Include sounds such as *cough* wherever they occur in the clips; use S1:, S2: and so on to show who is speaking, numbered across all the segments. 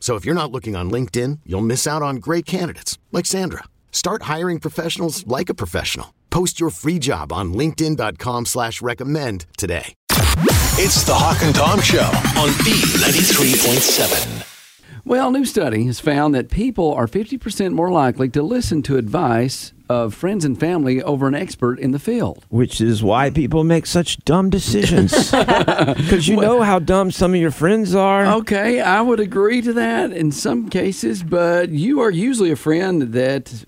S1: So if you're not looking on LinkedIn, you'll miss out on great candidates like Sandra. Start hiring professionals like a professional. Post your free job on LinkedIn.com slash recommend today.
S2: It's the Hawk and Tom Show on B93.7.
S3: Well, a new study has found that people are 50% more likely to listen to advice of friends and family over an expert in the field.
S4: which is why
S3: Mm.
S4: people make such dumb
S3: *laughs*
S4: decisions. Because you know how dumb some of your friends are.
S3: Okay, I would agree to that in some cases, but you are usually a friend that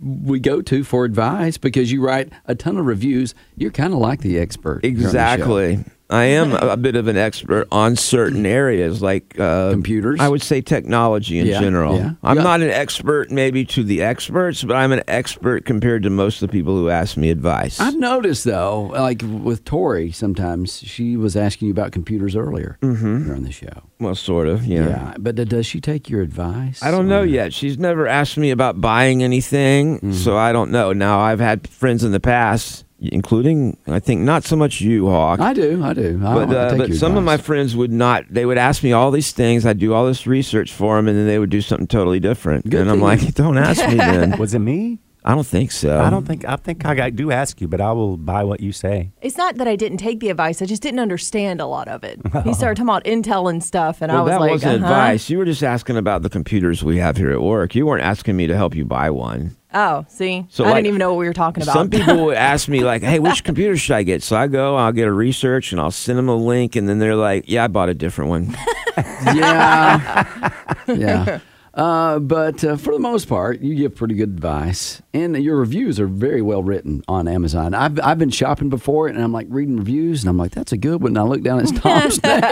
S3: we go to for advice because you write a ton of reviews. You're kind of like the expert. here on the show.
S4: Exactly. I am a a bit of an expert on certain areas, like uh,
S3: Computers?
S4: I would say technology in
S3: Yeah,
S4: general.
S3: yeah.
S4: I'm
S3: Yeah.
S4: not an expert, maybe to the experts, but I'm an expert compared to most of the people who ask me advice.
S3: I've noticed though, like with Tori, sometimes she was asking you about computers earlier during the show.
S4: well, sort of. Mm-hmm. Yeah.
S3: Yeah, but d- does she take your advice?
S4: I don't know yet. She's never asked me about buying anything,
S3: Mm.
S4: so I don't know. Now I've had friends in the past, including I think not so much you, Hawk.
S3: I do. I do. I
S4: but
S3: don't- I
S4: uh,
S3: take
S4: but
S3: your
S4: some of my
S3: advice.
S4: friends would not. They would ask me all these things. I'd do all this research for them, and then they would do something totally different.
S3: Good
S4: and I'm
S3: for
S4: like, *laughs*
S3: you.
S4: don't ask me
S3: *laughs*
S4: then.
S5: Was it me?
S4: I don't think so.
S5: I don't think. I think I got- do ask you, but I will buy what you say. *laughs*
S6: It's not that I didn't take the advice; I just didn't understand a lot of it. He started talking about Intel and stuff, and
S4: Well,
S6: I was
S4: that
S6: like,
S4: wasn't
S6: uh-huh.
S4: advice. You were just asking about the computers we have here at work. You weren't asking me to help you buy one.
S6: Oh, see,
S4: So,
S6: I
S4: like,
S6: didn't even know what we were talking about. *laughs*
S4: Some people would ask me like, "Hey, which computer should I get?" So I go, I'll get a research, and I'll send them a link, and then they're like, "Yeah, I bought a different
S6: *laughs*
S4: one."
S3: yeah,
S4: *laughs*
S3: yeah. Uh, but uh, for the most part, you give pretty good advice, and your reviews are very well written on Amazon. I've I've been shopping before, and I'm like reading reviews, and I'm like, that's a good one. And I look down,
S4: *laughs*
S3: it's Tom's name.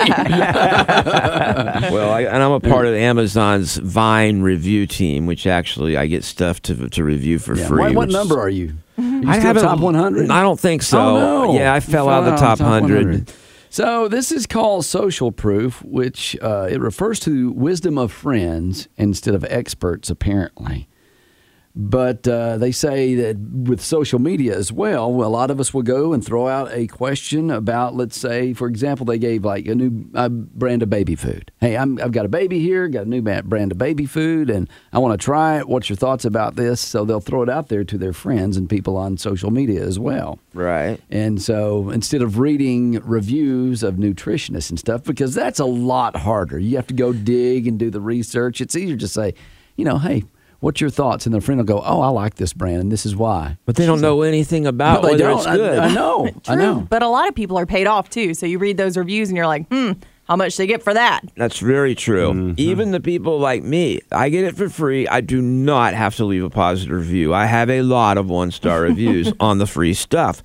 S4: well, I, and I'm a part of Amazon's Vine review team, which actually I get stuff to to review for
S3: Yeah.
S4: free.
S3: What, what
S4: which-
S3: number are you? Are you
S4: I
S3: still
S4: haven't-
S3: top 100?
S4: I don't think so.
S3: Oh, no.
S4: Yeah, I
S3: You
S4: fell, out of the top, 100.
S3: So this is called social proof, which uh, it refers to wisdom of friends instead of experts, apparently. But uh, they say that with social media as well, a lot of us will go and throw out a question about, let's say, for example, they gave like a new uh, brand of baby food. Hey, I'm, I've got a baby here, got a new ba- brand of baby food, and I want to try it. What's your thoughts about this? So they'll throw it out there to their friends and people on social media as well.
S4: Right.
S3: And so instead of reading reviews of nutritionists and stuff, because that's a lot harder, you have to go dig and do the research. It's easier to say, you know, hey, what's your thoughts? And their friend will go, oh, I like this brand and this is why.
S4: But they don't know anything about
S3: No, they
S4: whether
S3: don't.
S4: it's good.
S3: I, I *laughs* know. I
S6: True,
S3: know.
S6: but a lot of people are paid off too. So you read those reviews, and you're like, hmm, how much they get for that?
S4: That's very true. Even the people like me, I get it for free. I do not have to leave a positive review. I have a lot of one *laughs* star reviews on the free stuff.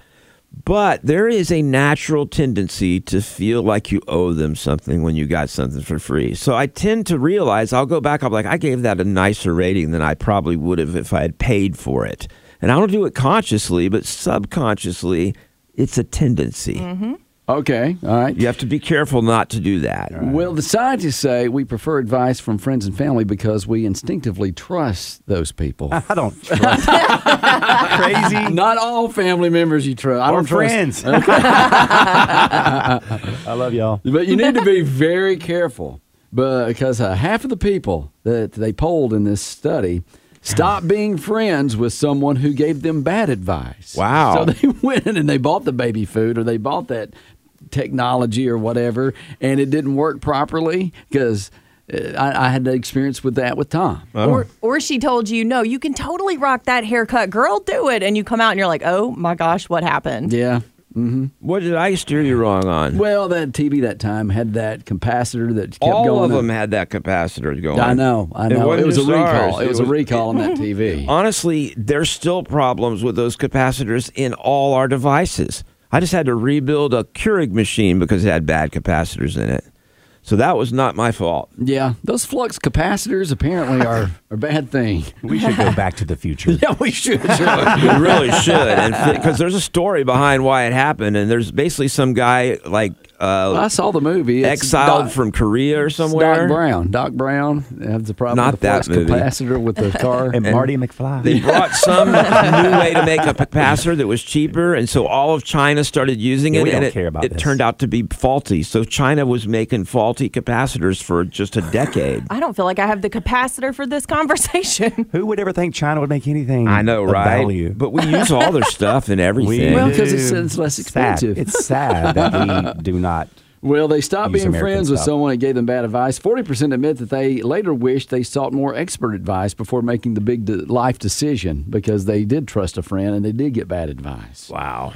S4: But there is a natural tendency to feel like you owe them something when you got something for free. So I tend to realize I'll go back, I'm like, I gave that a nicer rating than I probably would have if I had paid for it. And I don't do it consciously, but subconsciously, it's a tendency.
S3: Mm-hmm. Okay. All right.
S4: You have to be careful not to do that.
S3: Well, the scientists say we prefer advice from friends and family because we instinctively trust those people.
S5: I don't trust. Crazy.
S3: *laughs* Not all family members you trust. I
S5: Or
S3: don't trust *laughs*
S5: friends. I love y'all.
S4: *laughs*
S3: But you need to be very careful because uh, half of the people that they polled in this study stopped being friends with someone who gave them bad advice.
S4: Wow.
S3: So *laughs* they went and they bought the baby food or they bought that technology or whatever and it didn't work properly because uh, I, I had the experience with that with Tom.
S4: Oh.
S6: Or, or she told you, no, you can totally rock that haircut, girl, do it. And you come out and you're like, oh my gosh, what happened?
S3: Yeah. Mm-hmm.
S4: What did I steer you wrong on?
S3: Well, that TV that time had that capacitor that kept
S4: All
S3: going.
S4: of
S3: up.
S4: them had that capacitor going.
S3: I know, I
S4: It
S3: know.
S4: wasn't
S3: It, was a
S4: just
S3: recall.
S4: ours.
S3: It, was, a recall on
S4: *laughs*
S3: that TV.
S4: Honestly, there's still problems with those capacitors in all our devices. I just had to rebuild a Keurig machine because it had bad capacitors in it. So that was not my
S3: *laughs*
S4: fault.
S3: Yeah, those flux capacitors apparently are a bad thing.
S5: We should go back to the future.
S3: Yeah, we *laughs* should.
S4: You really should, because there's a story behind why it happened, and there's basically some guy like
S3: I
S4: uh,
S3: saw the movie. It's
S4: exiled
S3: Doc-
S4: from Korea or
S3: it's
S4: somewhere.
S3: Doc Brown. Doc Brown has the problem
S4: Not
S3: with the flux
S4: that movie.
S3: capacitor with the car.
S5: And Marty McFly. *laughs*
S4: They brought some new way to make a capacitor that was cheaper, and so all of China started using
S5: Yeah,
S4: it.
S5: we
S4: and
S5: don't
S4: it,
S5: care about
S4: it
S5: this.
S4: turned out to be faulty. So China was making faulty capacitors for just a decade.
S6: I don't feel like I have the capacitor for this *laughs* conversation.
S5: Who would ever think China would make anything?
S4: I know,
S5: of
S4: right?
S5: Value?
S4: But we use all their stuff
S5: *laughs*
S4: and everything.
S3: Well,
S5: do.
S3: 'cause it's- it's less
S5: Sad.
S3: expensive.
S5: It's
S3: *laughs*
S5: sad that we do not.
S3: Well, they stopped
S5: Use
S3: being
S5: American
S3: friends with
S5: stuff.
S3: someone that gave them bad advice. 40% admit that they later wished they sought more expert advice before making the big de- life decision because they did trust a friend and they did get bad advice.
S4: wow.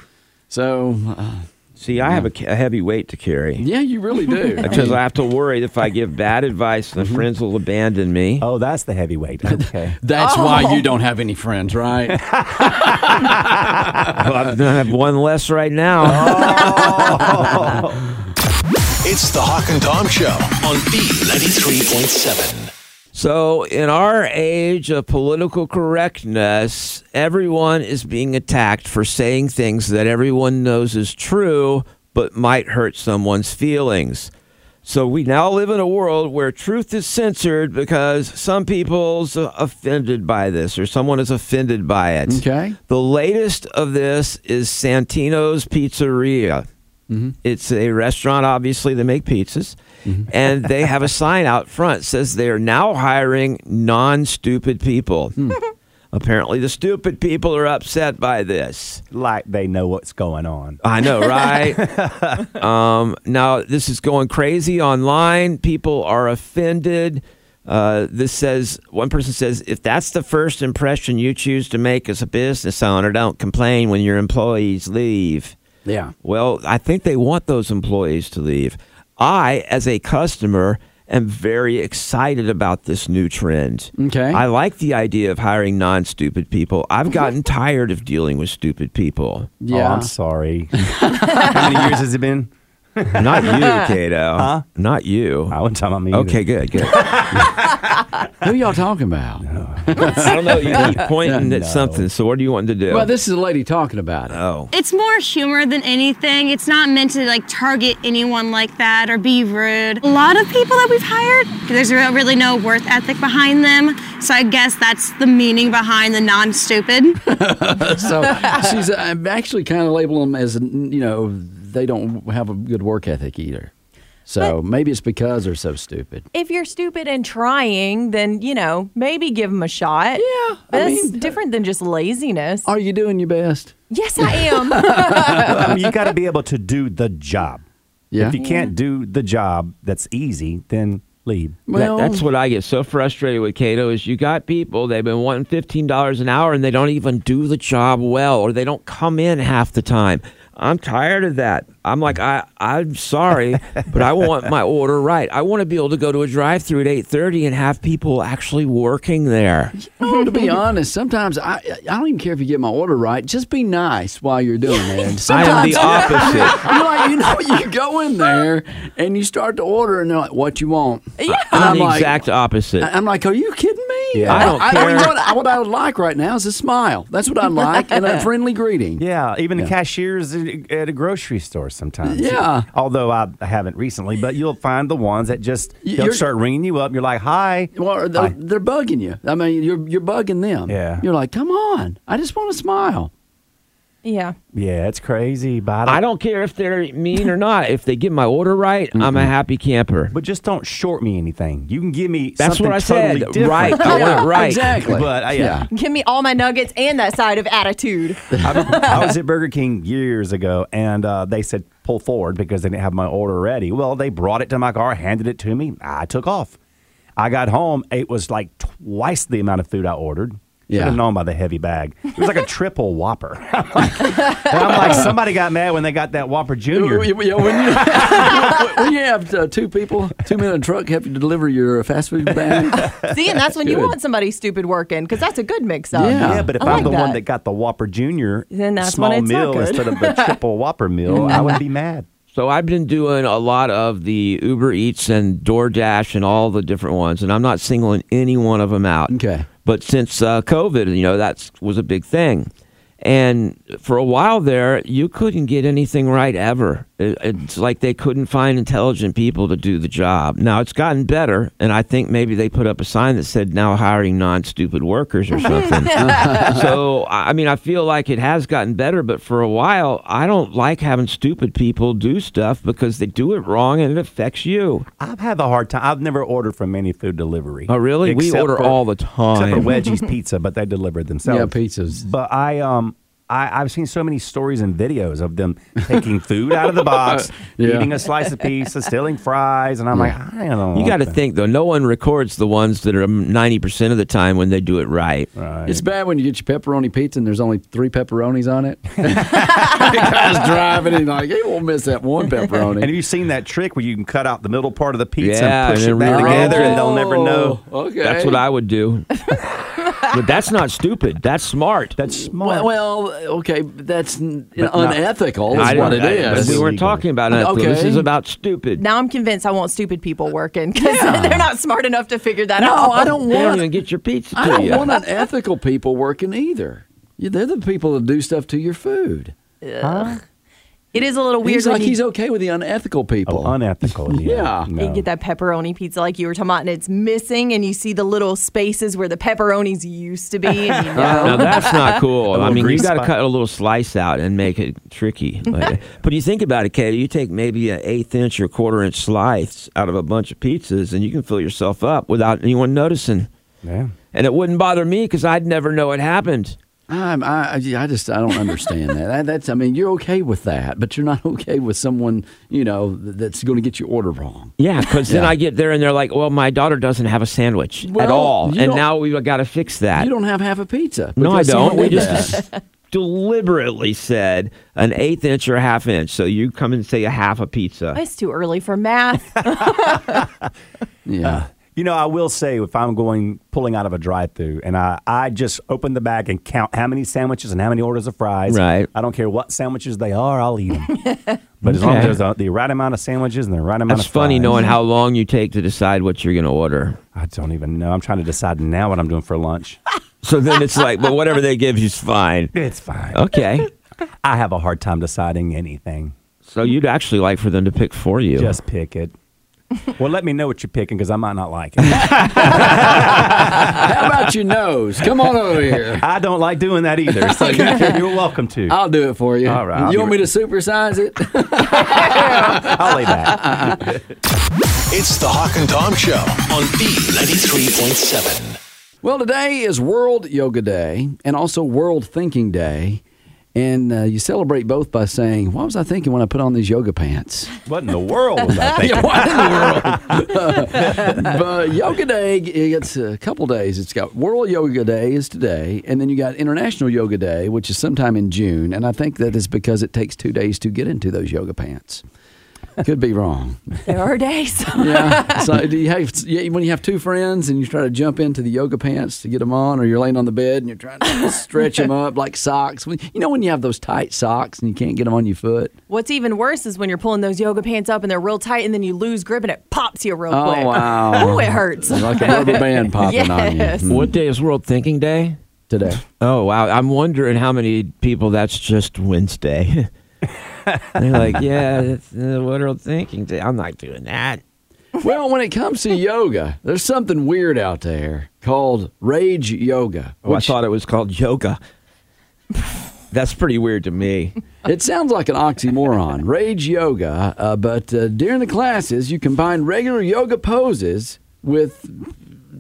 S3: So, uh,
S4: See, I have a, ca- a heavy weight to carry.
S3: yeah, you really do. I
S4: Because
S3: mean,
S4: I have to worry if I give bad advice,
S5: Mm-hmm.
S4: the friends will abandon me.
S5: Oh, that's
S3: *laughs*
S5: the heavyweight. Okay.
S3: that's why you don't have any friends, right?
S4: I have one less right now.
S2: It's the Hawk and Tom Show on B93.7.
S4: So, in our age of political correctness, everyone is being attacked for saying things that everyone knows is true but might hurt someone's feelings. So, we now live in a world where truth is censored because some people's offended by this or someone is offended by it.
S3: *laughs* Okay.
S4: The latest of this is Santino's Pizzeria. It's a restaurant, obviously, they make pizzas. *laughs* And they have a sign out front says they are now hiring non stupid people. *laughs* Apparently, the stupid people are upset by this.
S5: like they know what's going on.
S4: I know, right? um, now, this is going crazy online. People are offended. Uh, this says one person says, if that's the first impression you choose to make as a business owner, don't complain when your employees leave.
S3: Yeah.
S4: Well, I think they want those employees to leave. I, as a customer, am very excited about this new trend.
S3: Okay.
S4: I like the idea of hiring non stupid people. I've gotten tired of dealing with stupid people.
S3: Yeah.
S5: Oh,
S3: *laughs*
S5: I'm sorry. How many years has it been?
S4: Not *laughs* you, Kato. Not you.
S5: I wouldn't talk about me. either.
S4: Okay, good, good.
S3: Who y'all talking about?
S4: *laughs* I don't know. You keep pointing at something. So what do you want to do?
S3: Well, this is a lady talking about it.
S4: oh,
S7: It's more humor than anything. It's not meant to like target anyone like that or be rude. A lot of people that we've hired, there's re- really no worth ethic behind them. So I guess that's the meaning behind the non-stupid. *laughs*
S3: So she's uh, actually kind of labeling them as, you know, they don't have a good work ethic either. So maybe it's because they're so stupid.
S6: If you're stupid and trying, then, you know, maybe give them a shot.
S3: Yeah, I
S6: That's
S3: mean-
S6: different than just laziness.
S3: Are you doing
S4: *laughs*
S3: your best?
S6: yes,
S3: *laughs*
S6: I am.
S5: I mean, you got to be able to do the job.
S3: Yeah.
S5: If you can't do the job that's easy, then leave.
S3: well,
S4: that's what I get so frustrated with Cato is you got people they've been wanting fifteen dollars an hour and they don't even do the job well or they don't come in half the time. I'm tired of that. I'm like I I'm sorry, *laughs* but I want my order right. I want to be able to go to a drive-through at eight thirty and have people actually working there.
S3: No, to be honest, sometimes I I don't even care if you get my order right. Just be nice while you're doing it.
S4: *laughs*
S3: And
S4: I am
S3: Sometimes
S4: the opposite.
S3: *laughs* I'm like, you know, you go in there and you start to order, and they're like, "What you want?" Yeah.
S4: I'm
S3: And
S4: *laughs*
S3: I'm
S4: the
S3: like,
S4: exact opposite.
S3: I'm like, "Are you kidding me?"
S5: Yeah.
S4: I don't
S3: I, you
S4: care.
S3: know what, I- what I would like right now is a smile. That's
S5: *laughs*
S3: what I like, and a friendly greeting.
S5: Yeah, even the cashiers at at a grocery store sometimes.
S3: Yeah.
S5: Although I haven't recently, but you'll find the ones that just
S3: Y-
S5: they'll
S3: you're-
S5: start ringing you up. and You're like, "Hi."
S3: Well, they're, they're bugging you. I mean, you're you're bugging them.
S5: Yeah.
S3: You're like, "Come on, I just want a smile."
S6: yeah.
S5: Yeah, it's crazy, but I don't,
S4: I don't care if they're mean or not. If they get my order right, I'm a happy camper.
S5: But just don't short me anything. You can give me
S4: That's
S5: something
S4: what I
S5: totally
S4: said.
S5: different.
S4: Right. Oh. I want
S5: *laughs*
S4: it right.
S3: Exactly.
S5: But uh, yeah.
S6: Give me all my nuggets and that side of attitude.
S5: I, I was at
S6: *laughs*
S5: Burger King years ago, and uh, they said pull forward because they didn't have my order ready. Well, they brought it to my car, handed it to me. I took off. I got home. It was like twice the amount of food I ordered.
S3: Yeah.
S5: Should have known by the heavy bag. It was like a
S6: *laughs*
S5: triple Whopper. *laughs* I'm like, and I'm like, somebody got mad when they got that Whopper Junior.
S3: Yeah, yeah, when, you, *laughs* when you have uh, two people, two men in a truck, have to deliver your fast food bag.
S6: See, and
S3: *laughs*
S6: that's when you
S3: Good.
S6: want somebody stupid working because that's a good mix up.
S3: Yeah.
S5: Yeah, but if
S6: I
S5: I'm
S6: like
S5: the one
S6: that.
S5: that got the Whopper Junior
S6: Then that's
S5: small
S6: when it's not
S5: meal
S6: good.
S5: instead of the
S6: *laughs*
S5: triple Whopper meal, I would be mad.
S4: So I've been doing a lot of the Uber Eats and DoorDash and all the different ones, and I'm not singling any one of them out.
S3: Okay.
S4: But since uh, COVID, you know, that was a big thing. And for a while there, you couldn't get anything right ever. It- It's like they couldn't find intelligent people to do the job. Now it's gotten better, and I think maybe they put up a sign that said now hiring non-stupid workers or something. so I I mean, I feel like it has gotten better, but for a while, I don't like having stupid people do stuff because they do it wrong and it affects you.
S5: I've had a hard time. I've never ordered from any food delivery.
S4: Oh, really? We
S5: Except
S4: order
S5: for-
S4: all the
S5: Except for
S4: time. *laughs*
S5: Wedgie's Pizza, but they delivered themselves.
S3: Yeah, pizzas.
S5: But I um I, I've seen so many stories and videos of them
S4: *laughs*
S5: taking food out of the box,
S3: Yeah.
S5: eating a slice of pizza, stealing fries, and I'm like, I don't.
S4: You
S5: want
S4: got to
S5: that.
S4: think though. No one records the ones that are ninety percent of the time when they do it right.
S5: *laughs* Right.
S3: It's bad when you get your pepperoni pizza and there's only three pepperonis on
S5: *laughs*
S3: it. *laughs* the guy's driving and he's like, he won't miss that one pepperoni.
S5: And *laughs* have you seen that trick where you can cut out the middle part of the pizza
S4: Yeah,
S5: and push
S4: and
S5: it
S4: then reroll
S5: back together,
S4: it.
S5: and they'll never know?
S3: Oh, Okay.
S4: That's what I would
S3: *laughs*
S4: do. but that's not stupid. That's smart.
S5: That's smart.
S3: Well, well okay, but that's n
S5: not-
S3: unethical.
S5: I
S3: Is
S5: didn't-
S3: what it
S5: I didn't-
S3: is.
S5: but
S4: we weren't
S5: illegal.
S4: talking about it.
S3: Okay.
S4: This is about stupid.
S6: Now I'm convinced I want stupid people working because *laughs* they're not smart enough to figure that out.
S3: no, I don't
S4: they don't even
S3: want.
S4: get your pizza to
S3: I don't
S4: you.
S3: want unethical people working either. Yeah, They're the people that do stuff to your food.
S6: It is a little weird
S3: He's
S6: when
S3: like
S6: you,
S3: he's okay with the unethical people.
S5: Oh, unethical.
S3: Yeah.
S5: Yeah.
S3: You
S6: you get that pepperoni pizza like you were talking about, and it's missing, and you see the little spaces where the pepperonis used to be.
S3: *laughs*
S6: And you
S4: *laughs*
S6: know.
S3: Uh-huh.
S4: Now that's not cool.
S5: *laughs* little
S4: I mean, you
S5: grease
S4: got to
S5: spot.
S4: cut a little slice out and make it
S3: *laughs*
S4: tricky. Like, but you think about it, Katie. You take maybe an eighth inch or quarter inch slice out of a bunch of pizzas, and you can fill yourself up without anyone noticing.
S5: Yeah.
S4: And it wouldn't bother me because I'd never know it happened.
S3: I'm, I, I I just I don't understand that. that. That's I mean you're okay with that, but you're not *laughs* okay with someone you know th- that's going to get your order wrong.
S4: Yeah, because then
S3: Yeah.
S4: I get there and they're like, "Well, my daughter doesn't have a sandwich at
S3: Well,
S4: all,"
S3: you
S4: and
S3: don't-
S4: now we've got to fix that.
S3: You don't have half a pizza.
S4: no, I
S3: because someone
S4: don't. We
S3: did that.
S4: just *laughs* deliberately said an eighth inch or a half inch, so you come and say a half a pizza.
S6: It's too early
S3: *laughs*
S6: for math.
S5: *laughs*
S3: yeah.
S5: You know, I will say if I'm going pulling out of a drive-through and I, I just open the bag and count how many sandwiches and how many orders of fries.
S4: Right.
S5: I don't care what sandwiches they are, I'll eat them.
S4: *laughs*
S5: but as long as
S4: Okay.
S5: there's the, the right amount of sandwiches and the right amount
S4: That's
S5: of
S4: funny
S5: fries.
S4: knowing how long you take to decide what you're going to order.
S5: I don't even know. I'm trying to decide now what I'm doing
S4: *laughs*
S5: for lunch.
S4: So then it's like, but whatever they give you's fine.
S5: It's fine.
S4: Okay.
S5: I have a hard time deciding anything.
S4: So you'd actually like for them to pick for you.
S5: Just pick it. Well, let me know what you're picking because I might not like
S4: *laughs*
S5: it.
S3: How about your nose? Come on over
S5: *laughs*
S3: here.
S5: I don't like doing that either. So you're, you're welcome to.
S3: I'll do it for you.
S5: All right, I'll
S3: You
S5: be
S3: want me to supersize it?
S5: I'll lay back.
S2: It's the Hawk and Tom Show on B93.7.
S3: Well, today is World Yoga Day and also World Thinking Day. And uh, you celebrate both by saying, What was I thinking when I put on these yoga pants? *laughs*
S5: What in the world was I thinking?
S3: Yeah, what in the world? *laughs* but Yoga Day, it's a couple days. It's got World Yoga Day is today, and then you got International Yoga Day, which is sometime in June. And I think that is because it takes two days to get into those yoga pants. Could be wrong.
S6: there are days. *laughs*
S3: Yeah. So do you have yeah, when you have two friends and you try to jump into the yoga pants to get them on, or you're laying on the bed and you're trying to stretch them up like socks. When- You know when you have those tight socks and you can't get them on your foot.
S6: What's even worse is when you're pulling those yoga pants up and they're real tight, and then you lose grip and it pops you real
S3: Oh
S6: quick. *laughs*
S3: wow!
S6: Oh, it hurts.
S3: It's like a rubber
S6: *laughs*
S3: band popping
S6: Yes.
S3: on you Hmm.
S4: What day is World Thinking Day?
S3: today.
S4: Oh wow! I'm wondering how many people that's just Wednesday. *laughs* They're like, yeah, that's uh, World Thinking Day. I'm not doing that.
S3: Well, when it comes to yoga, there's something weird out there called rage yoga.
S4: Oh, I thought it was called yoga. *laughs* That's pretty weird to me.
S3: It sounds like an oxymoron, rage yoga, uh, but uh, during the classes, you combine regular yoga poses with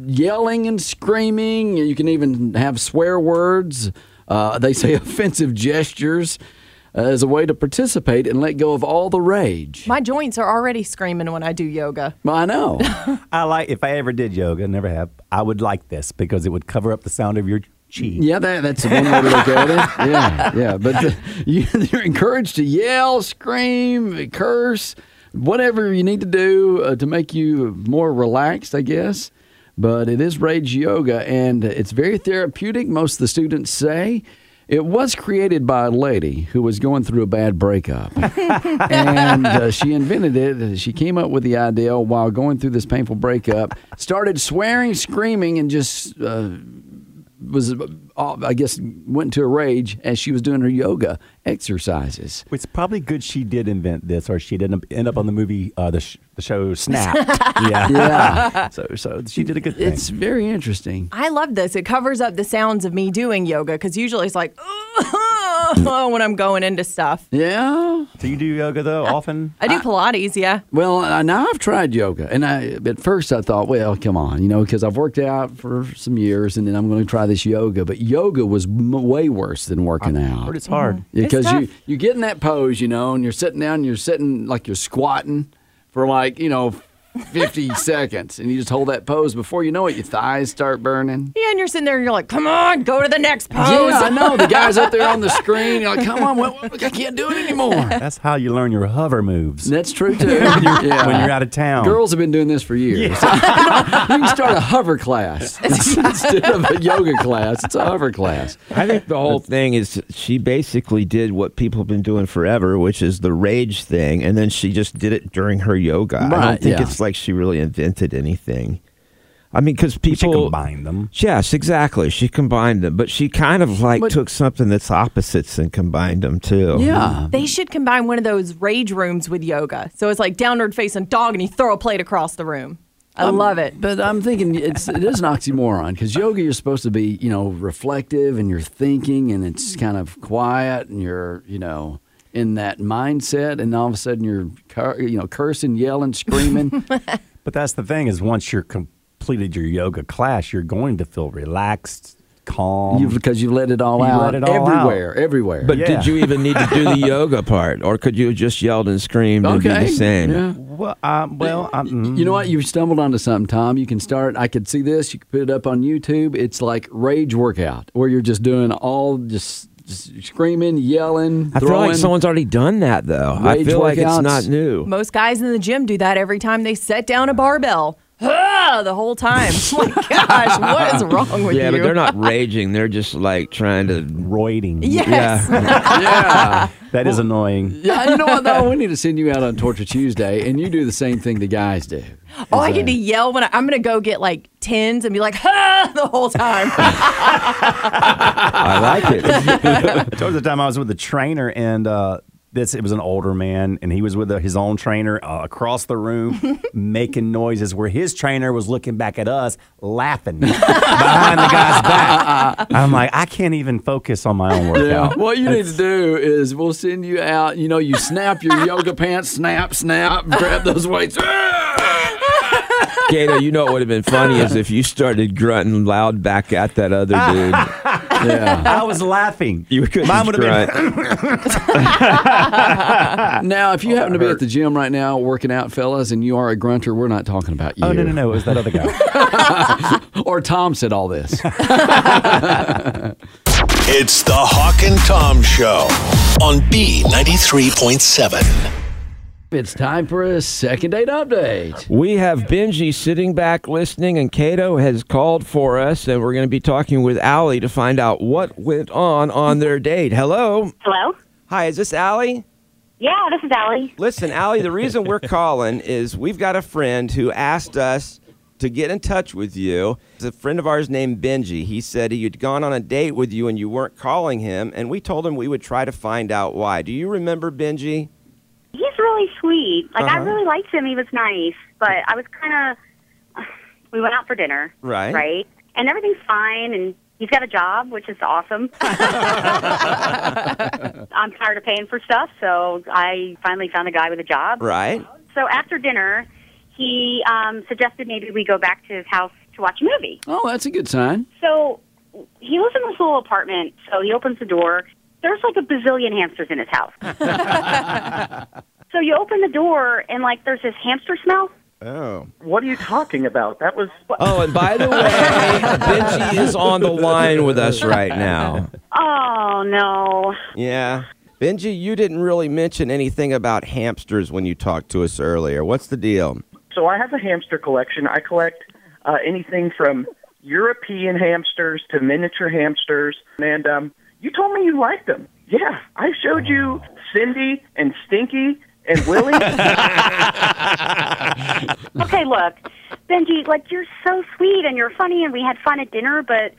S3: yelling and screaming. *laughs* You can even have swear words. Uh, they say offensive gestures. as a way to participate and let go of all the rage.
S6: My joints are already screaming when I do yoga.
S3: I know.
S5: I like if I ever did yoga, never have. I would like this because it would cover up the sound of your chi.
S3: Yeah, that, that's one way to look at it. Yeah, yeah. But the, *laughs* you, you're encouraged to yell, scream, curse, whatever you need to do uh, to make you more relaxed, I guess. But it is rage yoga, and it's very therapeutic, most of the students say. It was created by a lady who was going through a bad breakup. and uh, she invented it. She came up with the idea while going through this painful breakup, started swearing, screaming, and just uh, was uh, I guess went into a rage as she was doing her yoga exercises.
S5: It's probably good she did invent this, or she didn't end up on the movie, uh, the, sh- the show Snapped.
S3: *laughs*
S5: yeah.
S3: Yeah.
S5: So, so she did a good thing.
S3: It's very interesting.
S6: I love this. It covers up the sounds of me doing yoga because usually it's like *laughs* when I'm going into stuff.
S3: Yeah.
S5: do you do yoga though often?
S6: I do Pilates, yeah.
S3: Well, I- now I've tried yoga, and I at first I thought, well, come on, you know, because I've worked out for some years, and then I'm going to try this yoga. But yoga was m- way worse than working out.
S5: Heard it's hard.
S3: because you
S6: tough.
S3: you get in that pose, you know, and you're sitting down, and you're sitting like you're squatting for like you know.
S5: *laughs*
S3: 50 seconds and you just hold that pose before you know it your thighs start
S5: *laughs*
S3: burning
S6: Yeah, and you're sitting there and you're like, come on, go to the next pose.
S3: Yeah, I know. The guy's up there on the screen. You're like, come on, what, what- I can't do it
S5: *laughs*
S3: anymore.
S5: That's how you learn your hover moves
S3: That's true too. yeah.
S5: *laughs* when you're out of town.
S3: Girls have been doing this for years. *laughs* you can start a hover
S5: *laughs*
S3: class instead of a yoga class. It's a hover class.
S4: I think the whole thing is she basically did what people have been doing forever, which is the rage thing, and then she just did it during her yoga. I
S3: Right,
S4: don't think
S3: yeah.
S4: it's like she really invented anything. I mean, because
S5: she
S4: people
S5: combined them.
S4: Yes, exactly. She combined them, but she kind of like
S3: But-
S4: took something that's opposites and combined them too.
S3: Yeah.
S6: They should combine one of those rage rooms with yoga. So it's like downward facing dog and you throw a plate across the room. I
S3: Um,
S6: love it.
S3: But I'm thinking it's it is an oxymoron because yoga you're supposed to be you know reflective and you're thinking and it's
S5: Mm.
S3: kind of quiet and you're you know in that mindset and all of a sudden you're cur- you know cursing yelling
S5: *laughs*
S3: screaming
S5: But that's the thing is once you're completed your yoga class, you're going to feel relaxed, calm.
S3: You've, because you let it all
S5: You
S3: out
S5: let it all out.
S3: everywhere, everywhere.
S4: But
S5: Yeah.
S4: did you even need to do the yoga part, or could you have just yelled and screamed and be the same?
S3: yeah.
S5: well,
S3: *laughs*
S5: um, well, um,
S3: You know what? You stumbled onto something, Tom. You can start. I could see this. You could put it up on YouTube. It's like rage workout, where you're just doing all just, just screaming, yelling,
S4: I feel
S3: throwing.
S4: like someone's already done that though. I
S3: Rage
S4: feel like it's
S3: workouts.
S4: not new.
S6: Most guys in the gym do that every time they set down a barbell. Ah, the whole time. *laughs* My gosh, what is wrong with
S4: Yeah,
S6: you?
S4: but they're
S3: *laughs*
S4: not raging. They're just like trying to. *laughs*
S5: roiding.
S6: Yes. *laughs*
S3: yeah.
S5: That is annoying.
S3: yeah. You know *laughs* what? Though Oh, we need to send you out on Torture Tuesday, and you do the same thing the guys do.
S6: Oh, I get to yell when I, I'm going to go get like tens and be like, *laughs* ha, the whole time. *laughs*
S4: I like it.
S5: *laughs* Towards the time I was with the trainer and uh, this it was an older man and he was with uh his own trainer uh, across
S4: *laughs*
S5: the room making noises where his trainer was looking back at us laughing behind the guy's back.
S4: *laughs*
S5: I'm like, I can't even focus on my own workout.
S3: What you need to do is we'll send you out. You know, you snap *laughs* your yoga pants, snap, snap, grab those weights.
S4: Gato, you know what would have been funny is if you started grunting loud back at that other
S3: *laughs*
S4: dude.
S3: *laughs* yeah.
S5: I was laughing.
S4: You could
S5: Mine would have
S4: been.
S3: Now, if you happen to be at the gym right now working out, fellas, and you are a grunter, we're not talking about you.
S5: Oh no no no! It was that
S4: *laughs*
S5: other guy.
S3: Or Tom said all
S5: *laughs*
S3: this.
S2: It's the Hawk and Tom Show on B93.7.
S3: it's time for a second date update.
S4: We have Benji sitting back listening, and Cato has called for us, and we're going to be talking with Allie to find out what went on on their date. Hello.
S8: Hello?
S4: Hi, is this Allie?
S8: Yeah, this is Allie.
S4: Listen, Allie, the reason we're calling is we've got a friend who asked us to get in touch with you. It's a friend of ours named Benji. He said he'd gone on a date with you and you weren't calling him, and we told him we would try to find out why. Do you remember Benji?
S8: He's really sweet. Like, I really liked him. He was nice. But I was kind of. We went out for dinner.
S4: Right.
S8: Right? And everything's fine. And he's got a job, which is awesome. I'm tired of paying for stuff, so I finally found a guy with a job.
S4: Right.
S8: So after dinner, he um, suggested maybe we go back to his house to watch a movie.
S3: Oh, that's a good sign.
S8: So he lives in this little apartment. So he opens the door. there's like a bazillion hamsters in his house. so you open the door and like there's this hamster smell.
S9: Oh. What are you talking about? That was.
S4: Oh, and
S8: *laughs*
S4: by the way, Benji is on the line with us right now.
S8: Oh no.
S4: Yeah. Benji, you didn't really mention anything about hamsters when you talked to us earlier. What's the deal?
S9: So I have a hamster collection. I collect uh, anything from European hamsters to miniature hamsters. And um, you told me you liked them. Yeah, I showed you Cindy and Stinky and Willie.
S8: Okay, look, Benji, like you're so sweet and you're funny and we had fun at dinner, but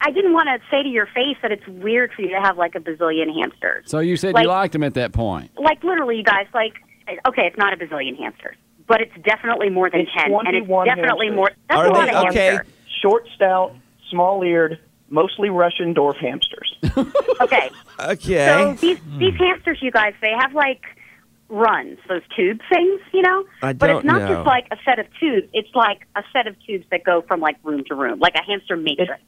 S8: I didn't want to say to your face that it's weird for you to have like a bazillion hamsters.
S3: *laughs* So you said
S8: Like-
S3: you liked him at that point.
S8: Like literally, you guys, like okay, it's not a bazillion hamsters, but it's definitely more than ten, and it's
S9: 21
S8: definitely
S9: hamsters.
S8: more. That's a lot of hamsters.
S9: Short, stout, small eared, mostly Russian
S3: *laughs*
S9: dwarf hamsters.
S8: Okay. So
S4: Okay.
S8: these these
S3: Hmm.
S8: hamsters, you guys, they have like runs, those tube things, you know.
S4: I
S8: but
S4: don't
S8: it's not
S4: know.
S8: just like a set of tubes. It's like a set of tubes that go from like room to room, like a hamster matrix.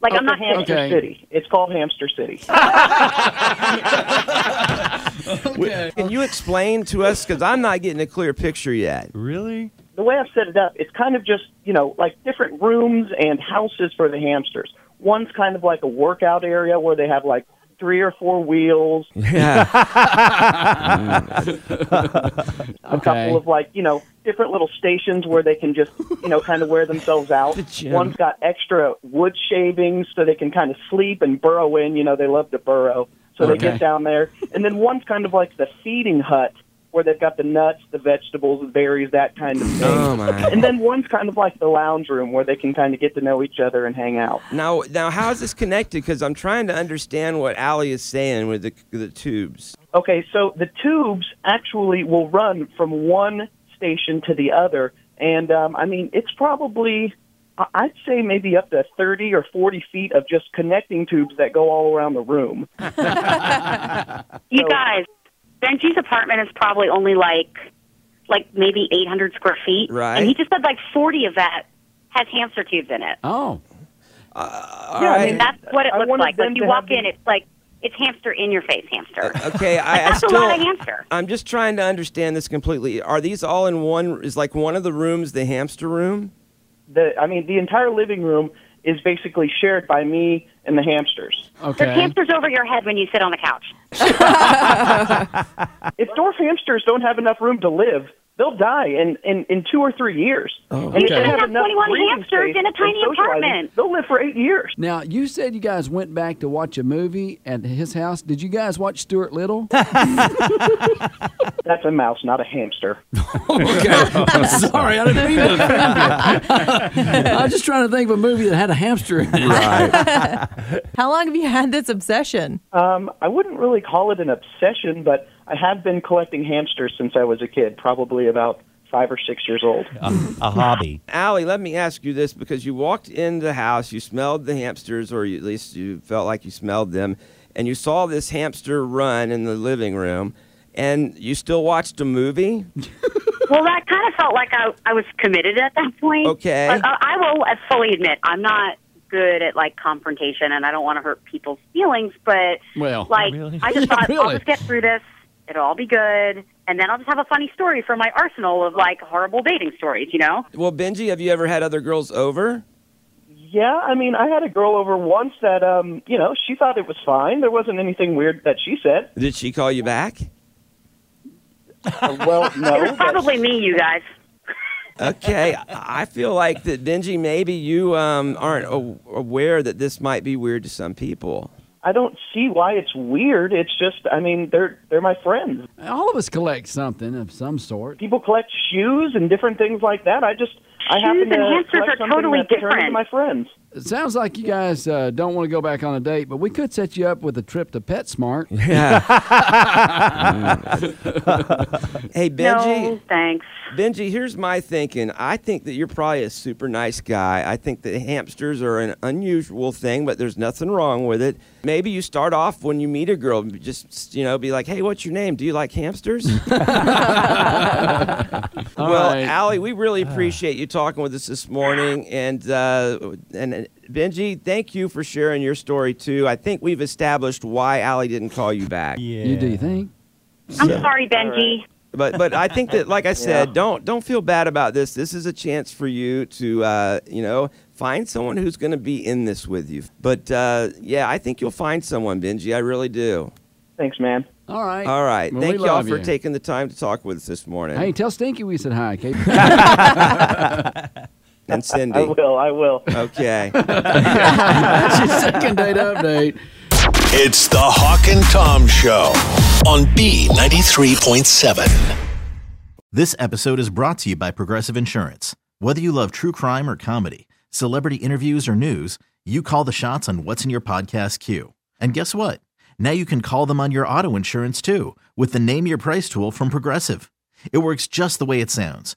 S8: like I'm
S9: It's a
S8: not
S9: hamster
S3: Okay.
S9: city. It's called Hamster City.
S4: Can you explain to us? Because I'm not getting a clear picture yet.
S10: Really?
S9: the way I've set it up, it's kind of just, you know, like different rooms and houses for the hamsters. One's kind of like a workout area where they have like three or four wheels,
S4: Yeah.
S9: a couple of like, you know, different little stations where they can just, you know, kind of wear
S4: *laughs*
S9: themselves out.
S4: gym.
S9: One's got extra wood shavings so they can kind of sleep and burrow in. You know, they love to burrow. So they
S3: Okay.
S9: get down there. And then one's kind of like the feeding hut where they've got the nuts, the vegetables, the berries, that kind of thing.
S4: Oh
S8: *laughs*
S4: my.
S9: And then one's kind of like the lounge room where they can kind of get to know each other and hang out.
S4: Now, now, how is this connected? Because I'm trying to understand what Allie is saying with the the tubes.
S9: Okay, so the tubes actually will run from one station to the other. And um, I mean, it's probably, I- I'd say maybe up to 30 or 40 feet of just connecting tubes that go all around the room.
S8: You
S9: So-
S8: guys, Benji's apartment is probably only like like maybe 800 square feet,
S4: Right.
S8: And he just said like 40 of that has hamster tubes in it.
S3: Oh,
S4: All
S9: Yeah, I
S4: right.
S9: mean,
S8: That's what it
S9: I
S8: looks
S9: wanted
S8: like. Like
S9: them
S8: you
S9: to
S8: walk
S9: have
S8: in,
S9: the-
S8: it's like it's hamster in your face, hamster.
S4: Okay. I, I
S8: *laughs* That's
S4: still.
S8: a lot of hamster.
S4: I'm just trying to understand this completely. Are these all in one? Is like one of the rooms the hamster room?
S9: The, I mean, the entire living room is basically shared by me and the hamsters.
S8: There's
S3: okay.
S8: hamsters over your head when you sit on the
S9: *laughs*
S8: couch.
S9: If dwarf hamsters don't have enough room to live, they'll die in, in, in two or three years. Oh,
S3: You can
S8: have 21 hamsters in a tiny apartment.
S9: They'll live for eight years.
S3: Now you said you guys went back to watch a movie at his house. Did you guys watch Stuart Little?
S9: That's a mouse, not a hamster.
S3: *laughs* I'm sorry, I didn't mean
S8: *laughs*
S3: to. offend you. I was just trying to think of a movie that had a hamster. in it.
S6: How long have you had this obsession?
S9: Um, I wouldn't really call it an obsession, but I have been collecting hamsters since I was a kid, probably about five or six years old.
S5: a hobby.
S4: Allie, let me ask you this because you walked in the house, you smelled the hamsters, or you, at least you felt like you smelled them, and you saw this hamster run in the living room, and you still watched a
S8: *laughs*
S4: movie?
S8: Well, that kind of felt like I, I was committed at that point.
S4: Okay.
S8: But, uh, I will uh, fully admit I'm not good at like confrontation, and I don't want to hurt people's feelings. But
S3: Well,
S8: like
S10: really?
S8: I
S3: *laughs*
S8: just thought I'll
S3: really.
S8: just get through this. It'll all be good, and then I'll just have a funny story for my arsenal of like horrible dating stories. You know?
S4: Well, Benji, have you ever had other girls over?
S9: *laughs* Yeah, I mean, I had a girl over once that, um, you know, she thought it was fine. There wasn't anything weird that she said.
S4: Did she call you back?
S9: Uh, well,
S8: It
S9: no.
S8: was probably me, you guys.
S4: Okay, I feel like that Benji, maybe you um, aren't a- aware that this might be weird to some people.
S9: I don't see why it's weird. It's just, I mean, they're they're my friends.
S3: *laughs* All of us collect something of some sort.
S9: People collect shoes and different things like that. I just, I
S8: Shoes
S9: happen
S8: and
S9: to
S8: hamsters
S9: collect
S8: are
S9: something
S8: totally
S9: that's returned to
S8: different.
S9: my friends.
S3: It sounds like you guys uh, don't want to go back on a date, but we could set you up with a trip to PetSmart.
S4: Yeah. hey, Benji.
S8: No, thanks.
S4: Benji, here's my thinking. I think that you're probably a super nice guy. I think that hamsters are an unusual thing, but there's nothing wrong with it. Maybe you start off when you meet a girl, just you know, be like, "Hey, what's your name? Do you like hamsters?" *laughs* well,
S3: right.
S4: Allie, we really appreciate you talking with us this morning, and uh, and And Benji, thank you for sharing your story too. I think we've established why Allie didn't call you back. *laughs* Yeah.
S3: You do you think?
S8: I'm sorry, Benji.
S4: But but I think that like I said,
S8: Yeah.
S4: don't don't feel bad about this. This is a chance for you to uh, you know find someone who's going to be in this with you. But uh, yeah, I think you'll find someone, Benji. I really do.
S9: Thanks, man.
S3: All right.
S4: All right,
S3: Well, we
S4: thank y'all
S3: love
S4: for
S3: you.
S4: taking the time to talk with us this morning.
S3: Hey, tell Stinky we said
S4: *laughs*
S3: hi, Kate.
S4: and Cindy.
S3: *laughs* I
S9: will. I will.
S3: *laughs*
S4: Okay.
S3: That's your second date update.
S2: It's the Hawk and Tom Show on B93.7.
S10: This episode is brought to you by Progressive Insurance. Whether you love true crime or comedy, celebrity interviews or news, you call the shots on what's in your podcast queue. And guess what? Now you can call them on your auto insurance too with the Name Your Price tool from Progressive. It works just the way it sounds.